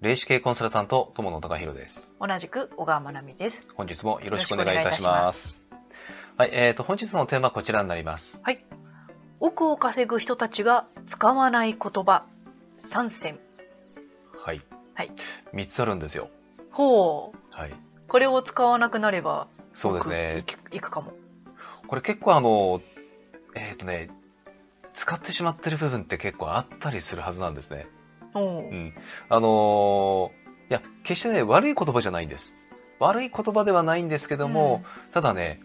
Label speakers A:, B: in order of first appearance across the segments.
A: 霊視系コンサルタント友野隆弘です。
B: 同じく小川まなみです。
A: 本日もよろしくお願いいたします。はい、えっ、と本日のテーマはこちらになります。
B: 億を稼ぐ人たちが使わない言葉3選。
A: はい。
B: はい。
A: 三つあるんですよ。
B: ほう。
A: はい。
B: これを使わなくなれば
A: そうですね。
B: 億いくいくかも。
A: これ結構あのえっ、とね使ってしまってる部分って結構あったりするはずなんですね。
B: おう
A: うん。あのーいや決してね悪い言葉じゃないんです。悪い言葉ではないんですけども、ただね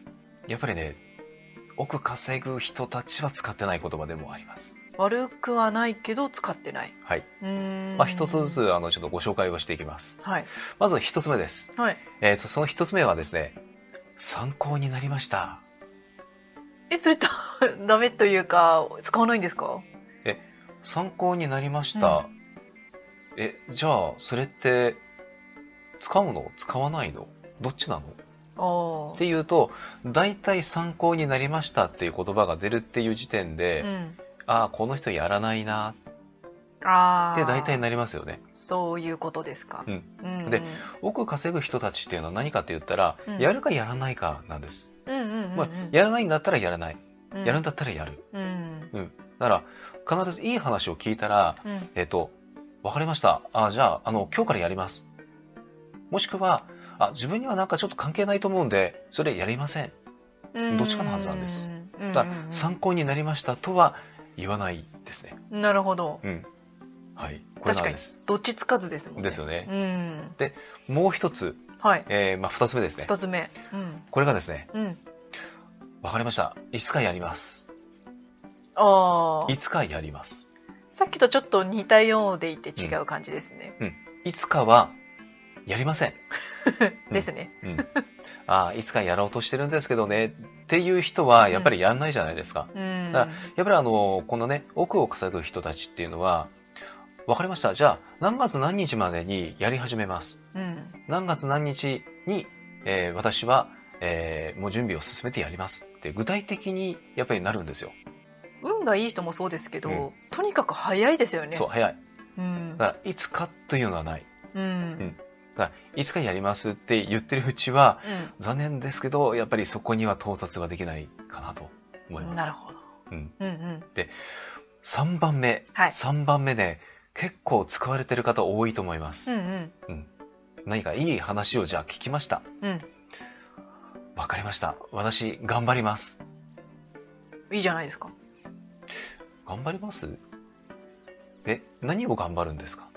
A: やっぱりね奥稼ぐ人たちは使ってない言葉でもあります。
B: うん悪くはないけど使ってない。
A: はい。
B: うーん。
A: まあ、一つず。つあのちょっとご紹介をしていきます。
B: はい。
A: まず一つ目です。
B: はい。
A: えー、とその一つ目はですね、参考になりました。
B: え、それと ダメというか使わないんですか？
A: 参考になりました。え、じゃあそれって使うの使わないのどっちなのっ
B: ああ。
A: ていうと、大体参考になりましたっていう言葉が出るっていう時点で、
B: うん。
A: ああ、この人やらないな
B: ああ。
A: って大体なりますよね。
B: そういうことですか。
A: うん
B: うん。
A: で奥稼ぐ人たちっていうのは何かって言ったら、
B: うん
A: やるかやらないかなんです。
B: うんうんうんうん。
A: まあ、やらないんだったらやらない。
B: うん
A: やるんだったらやる。
B: うん。
A: だから、必ずいい話を聞いたら、
B: うん。
A: えっ、と、わかりました。あ、じゃあ、あの、今日からやります。もしくは、あ、自分にはなんかちょっと関係ないと思うんで、それやりません。どっちかのはずなんです
B: うん。
A: だから
B: うんうんうん
A: 参考になりましたとは言わないですね。
B: なるほど。
A: うん。はい。これなんです。
B: どっちつかずですもんね。
A: ですよね。
B: うん。
A: もう一つ、
B: はい。
A: えー、まあ、二つ目ですね。
B: 二つ目。うん。
A: これがですね、
B: うん。
A: わかりました。いつかやります。
B: ああ
A: い。つかやります。
B: さっきとちょっと似たようでいて違う感じですね。
A: いつかは、やりません。うん
B: ですね。
A: うん、ああいつかやろうとしてるんですけどねっていう人はやっぱりやんないじゃないですか、
B: うん。
A: だやっぱりあのこのね奥を稼ぐ人たちっていうのは分かりましたじゃあ何月何日までにやり始めます
B: うん。
A: 何月何日に、えー私は、えーもう準備を進めてやりますって具体的にやっぱりなるんですよ、
B: 運がいい人もそうですけど、
A: うん
B: とにかく早いですよね。
A: そう早い
B: うん
A: だか。らいつかというのはない
B: うん。うん。
A: だからいつかやりますって言ってるうちは残念ですけどやっぱりそこには到達はできないかなと思います
B: なるほど。
A: うん。
B: うんうん。
A: 3番目、
B: はい
A: 3番目ね結構使われてる方多いと思いま
B: う
A: す、
B: んうん。
A: 何かいい話をじゃあ聞きました
B: うん。
A: わかりました私頑張ります
B: いいじゃないですか。
A: 頑張りますえ何を頑張るんですか、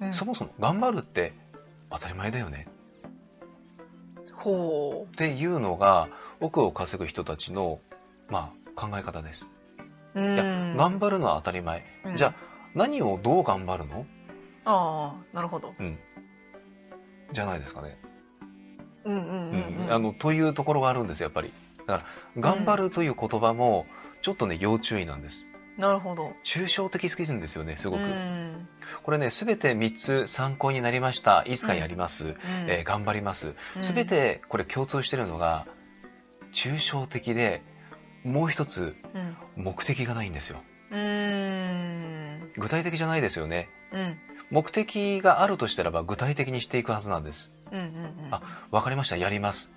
B: うん、
A: そもそも頑張るって当たり前だよね
B: ほ
A: っていうのが奥を稼ぐ人たちのまあ考え方です、
B: う。うん。
A: いや頑張るのは当たり前、
B: うん
A: じゃあ何をどう頑張るの
B: ああ、なるほど。
A: じゃないですかね
B: うんうんうん、うん
A: あのというところがあるんですやっぱりだから頑張るという言葉もちょっとね要注意なんです
B: なるほど。
A: 抽象的すぎるんですよねすごく、
B: うん
A: これね全て3つ参考になりましたいつかやります、えー頑張ります
B: うん
A: 全てこれ共通してるのが抽象的でもう一つ
B: うん
A: 目的がないんですよ
B: うーん
A: 具体的じゃないですよね
B: うん
A: 目的があるとしたらば具体的にしていくはずなんです
B: うんうんうん
A: あわかりましたやります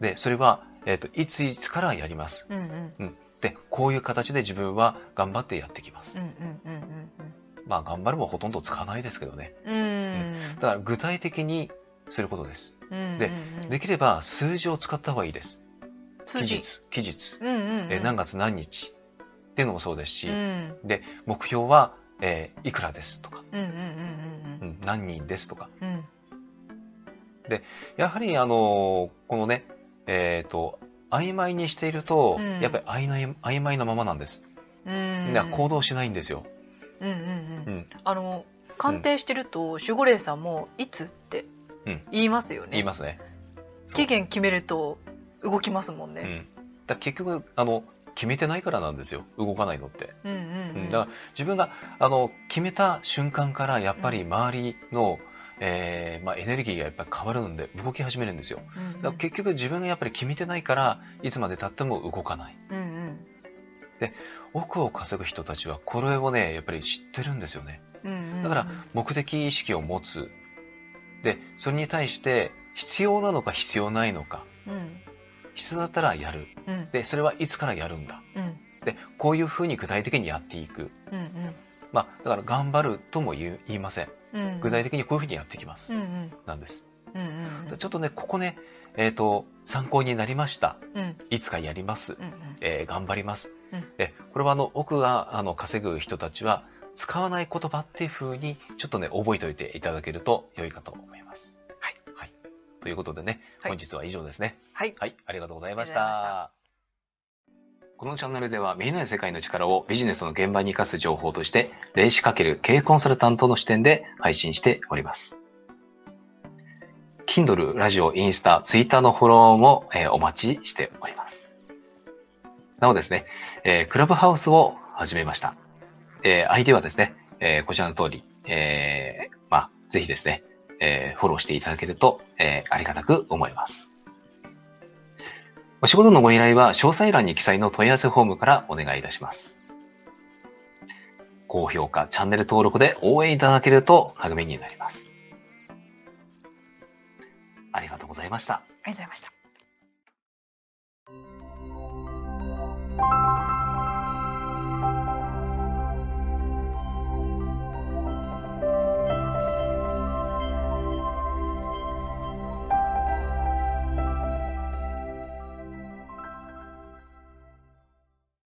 A: でそれは、えー、といついつからやります
B: うんうん
A: でこういう形で自分は頑張ってやってきます、
B: うんうんうんうん
A: まあ頑張るもほとんど使わないですけどね
B: うんうん
A: だから具体的にすることです
B: うん
A: で
B: うんうん
A: できれば数字を使った方がいいです
B: 数字
A: 期日期日、
B: うんうんうん
A: えー何月何日っていうのもそうですし、
B: うん
A: 目標は、えーいくらですとか、
B: うんうん
A: う
B: うん
A: ん、何人ですとか
B: うんうん
A: やはりあのーこのねえっ、と曖昧にしていると、
B: うん
A: やっぱり曖昧曖昧なままなんです、
B: うん
A: みんな行動しないんですよ、
B: うんうんう
A: うんん、
B: あの鑑定してると守護霊さんもいつって
A: うん
B: 言いますよね
A: 言いますねそう
B: 期限決めると動きますもん
A: う
B: ね
A: ん、だから結局あの決めてないからなんですよ動かないのって、
B: うんう
A: うん
B: んうん
A: だから自分があの決めた瞬間からやっぱり周りの、えーまあ、エネルギーがやっぱり変わるので動き始めるんですよ
B: うんうん
A: だから結局自分がやっぱり決めてないからいつまでたっても動かない
B: うん
A: 奥を稼ぐ人たちはこれをねやっぱり知ってるんですよね
B: うんうん
A: だから目的意識を持つ。で、それに対して必要なのか必要ないのか。
B: うん
A: 必要だったらやる。
B: うん
A: で、それはいつからやるんだ。
B: うん
A: で、こういうふうに具体的にやっていく。
B: うんうん
A: まあ、だから頑張るとも言う言いません。
B: うん
A: 具体的にこういうふうにやっていきま
B: う
A: す。
B: んうん
A: なんです。
B: うんうん
A: ちょっとね、ここね、えっ、と、参考になりました。
B: うん
A: いつかやります。
B: うん
A: えー頑張ります。
B: うん
A: えこれはあの奥があの稼ぐ人たちは使わない言葉っていう風にちょっとね覚えておいていただけると良いかと思います。
B: はい、
A: はい、ということでね
B: はい
A: 本日は以上ですね。
B: はい
A: はい、ありがとうございまし
B: ありがとうござい
A: た。このチャンネルでは見えない世界の力をビジネスの現場に生かす情報として、霊視×経営コンサルタントの視点で配信しております。Kindle、ラジオ、インスタ、ツイッターのフォローも、えーお待ちしております。なおですね、えークラブハウスを始めました。えー ID はですね、えーこちらの通り、えーまあ、ぜひですね、えーフォローしていただけると、えーありがたく思います。お仕事のご依頼は詳細欄に記載の問い合わせフォームからお願いいたします。高評価、チャンネル登録で応援いただけると励みになります。ありがとうございました。
B: ありがとうございました。